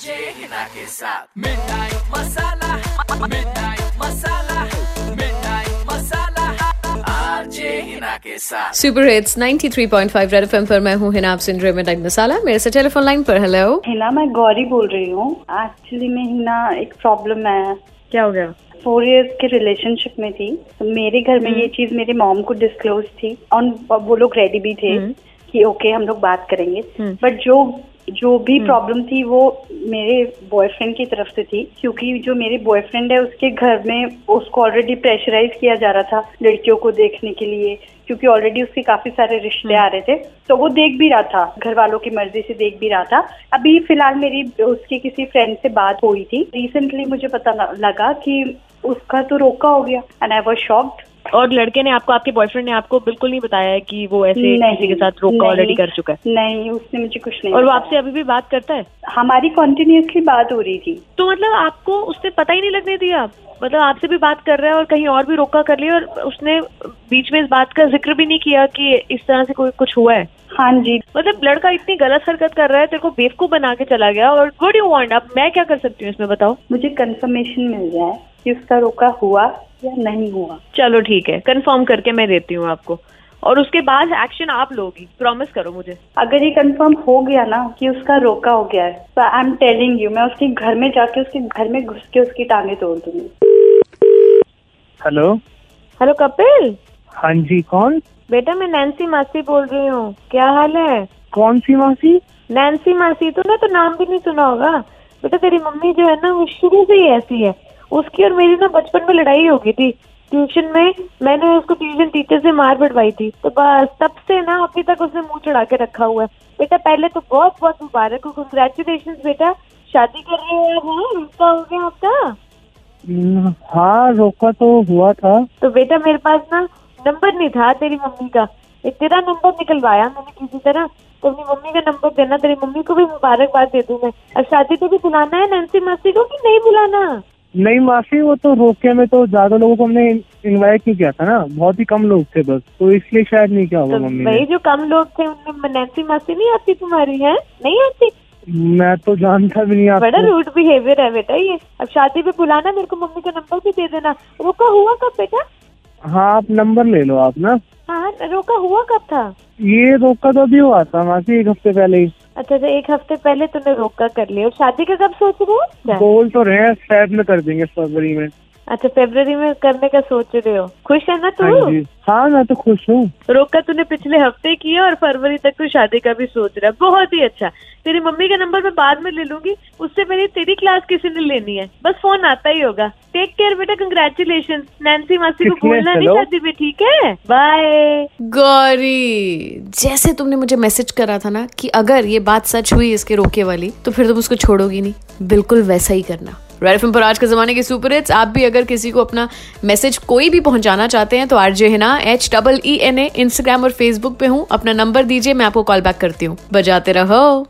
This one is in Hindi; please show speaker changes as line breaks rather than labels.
जे हिना के साथ मिठाई मसाला मिठाई मसाला मिठाई मसाला आरजे हिना के साथ
सुपर हिट्स 93.5 रेड एफएम पर मैं हूँ हिना आप सुन रहे हैं मिडनाइट मसाला मेरे से टेलीफोन लाइन पर हेलो
हिना मैं गौरी बोल रही हूँ एक्चुअली में हिना एक प्रॉब्लम है
क्या हो गया
फोर इयर्स के रिलेशनशिप में थी तो मेरे घर में ये चीज मेरे मॉम को डिस्क्लोज थी और वो लोग रेडी भी थे कि ओके हम लोग बात करेंगे बट जो जो भी प्रॉब्लम थी वो मेरे बॉयफ्रेंड की तरफ से थी क्योंकि जो मेरे बॉयफ्रेंड है उसके घर में उसको ऑलरेडी प्रेशराइज किया जा रहा था लड़कियों को देखने के लिए क्योंकि ऑलरेडी उसके काफी सारे रिश्ते आ रहे थे तो वो देख भी रहा था घर वालों की मर्जी से देख भी रहा था अभी फिलहाल मेरी उसकी किसी फ्रेंड से बात हुई थी रिसेंटली मुझे पता ल- लगा कि उसका तो रोका हो गया एंड आई वॉज शॉक्ड
और लड़के ने आपको आपके बॉयफ्रेंड ने आपको बिल्कुल नहीं बताया है कि वो ऐसे किसी के साथ रोका ऑलरेडी कर चुका है
नहीं उसने मुझे कुछ नहीं
और वो
बताया।
आपसे अभी भी बात करता है
हमारी कॉन्टिन्यूसली बात हो रही थी
तो मतलब आपको उसने पता ही नहीं लगने दिया मतलब आपसे भी बात कर रहा है और कहीं और भी रोका कर लिया और उसने बीच में इस बात का जिक्र भी नहीं किया कि इस तरह से कोई कुछ हुआ है
हाँ जी
मतलब लड़का इतनी गलत हरकत कर रहा है तेरे को बेवकूफ बना के चला गया और गुड यू वांट अब मैं क्या कर सकती हूँ इसमें बताओ
मुझे कंफर्मेशन मिल जाए कि उसका रोका हुआ या नहीं हुआ
चलो ठीक है कंफर्म करके मैं देती हूँ आपको और उसके बाद एक्शन आप लोगी प्रॉमिस करो मुझे
अगर ये कंफर्म हो गया ना कि उसका रोका हो गया है तो आई एम टेलिंग यू मैं उसके घर में जाके उसके घर में घुस के उसकी टांगे तोड़ दूंगी
हेलो
हेलो कपिल
हाँ जी कौन
बेटा मैं नैन्सी मासी बोल रही हूँ क्या हाल है
कौन सी मासी
नैन्सी मासी तूने तो नाम भी नहीं सुना होगा बेटा तेरी मम्मी जो है ना वो शुरू से ही ऐसी है उसकी और मेरी ना बचपन में लड़ाई हो गई थी ट्यूशन में मैंने उसको ट्यूशन टीचर से मार पड़वाई थी तो बस तब से ना अभी तक उसने मुंह चढ़ा के रखा हुआ है बेटा पहले तो बहुत बहुत मुबारक हो कंग्रेचुलेशन बेटा शादी कर रहे हो आप, हाँ? रिश्ता हो गया आपका
हम्म, हाँ रोका तो हुआ था
तो बेटा मेरे पास ना नंबर नहीं था तेरी मम्मी का एक तेरा नंबर निकलवाया मैंने किसी तरह तो अपनी मम्मी का नंबर देना तेरी मम्मी को भी मुबारकबाद दे दूं मैं और शादी पे भी बुलाना है नैन्सी मासी को कि नहीं बुलाना
नहीं मासी वो तो रोके में तो ज्यादा लोगों को हमने इनवाइट नहीं किया था ना बहुत ही कम लोग थे बस तो इसलिए शायद नहीं किया होगा
तो
मम्मी
वही
ने
जो कम लोग थे उनमें नैन्सी मासी नहीं आती तुम्हारी है नहीं आती
मैं तो जानता भी नहीं
बड़ा
आपको
रूड बिहेवियर है बेटा ये अब शादी पे बुलाना मेरे को मम्मी का नंबर भी दे देना रोका हुआ कब बेटा
हाँ आप नंबर ले लो आप ना
हाँ रोका हुआ कब था
ये रोका तो अभी हुआ था मासी एक हफ्ते पहले ही
अच्छा अच्छा एक हफ्ते पहले तुमने रोका कर लिया और शादी का कब सोच रहे हो अच्छा।
बोल तो रहे हैं फैब में कर देंगे फरवरी में
अच्छा फरवरी में करने का सोच रहे हो खुश है ना तू
हाँ जी हाँ मैं तो खुश हूँ
रोका तूने पिछले हफ्ते किया और फरवरी तक तू शादी का भी सोच रहा है बहुत ही अच्छा तेरी मम्मी का नंबर मैं बाद में ले लूंगी उससे मेरी तेरी क्लास किसी ने लेनी है बस फोन आता ही होगा टेक केयर बेटा कंग्रेचुलेशन नैन्सी मासी को
किसने?
बोलना नहीं
हेलो?
शादी में ठीक है बाय
गौरी जैसे तुमने मुझे मैसेज करा था ना कि अगर ये बात सच हुई इसके रोके वाली तो फिर तुम उसको छोड़ोगी नहीं बिल्कुल वैसा ही करना रेड एफएम पर आज के जमाने के सुपर हिट्स आप भी अगर किसी को अपना मैसेज कोई भी पहुंचाना चाहते हैं तो RJ Hina E H double E N A Instagram और फेसबुक पे हूँ अपना नंबर दीजिए मैं आपको कॉल बैक करती हूँ बजाते रहो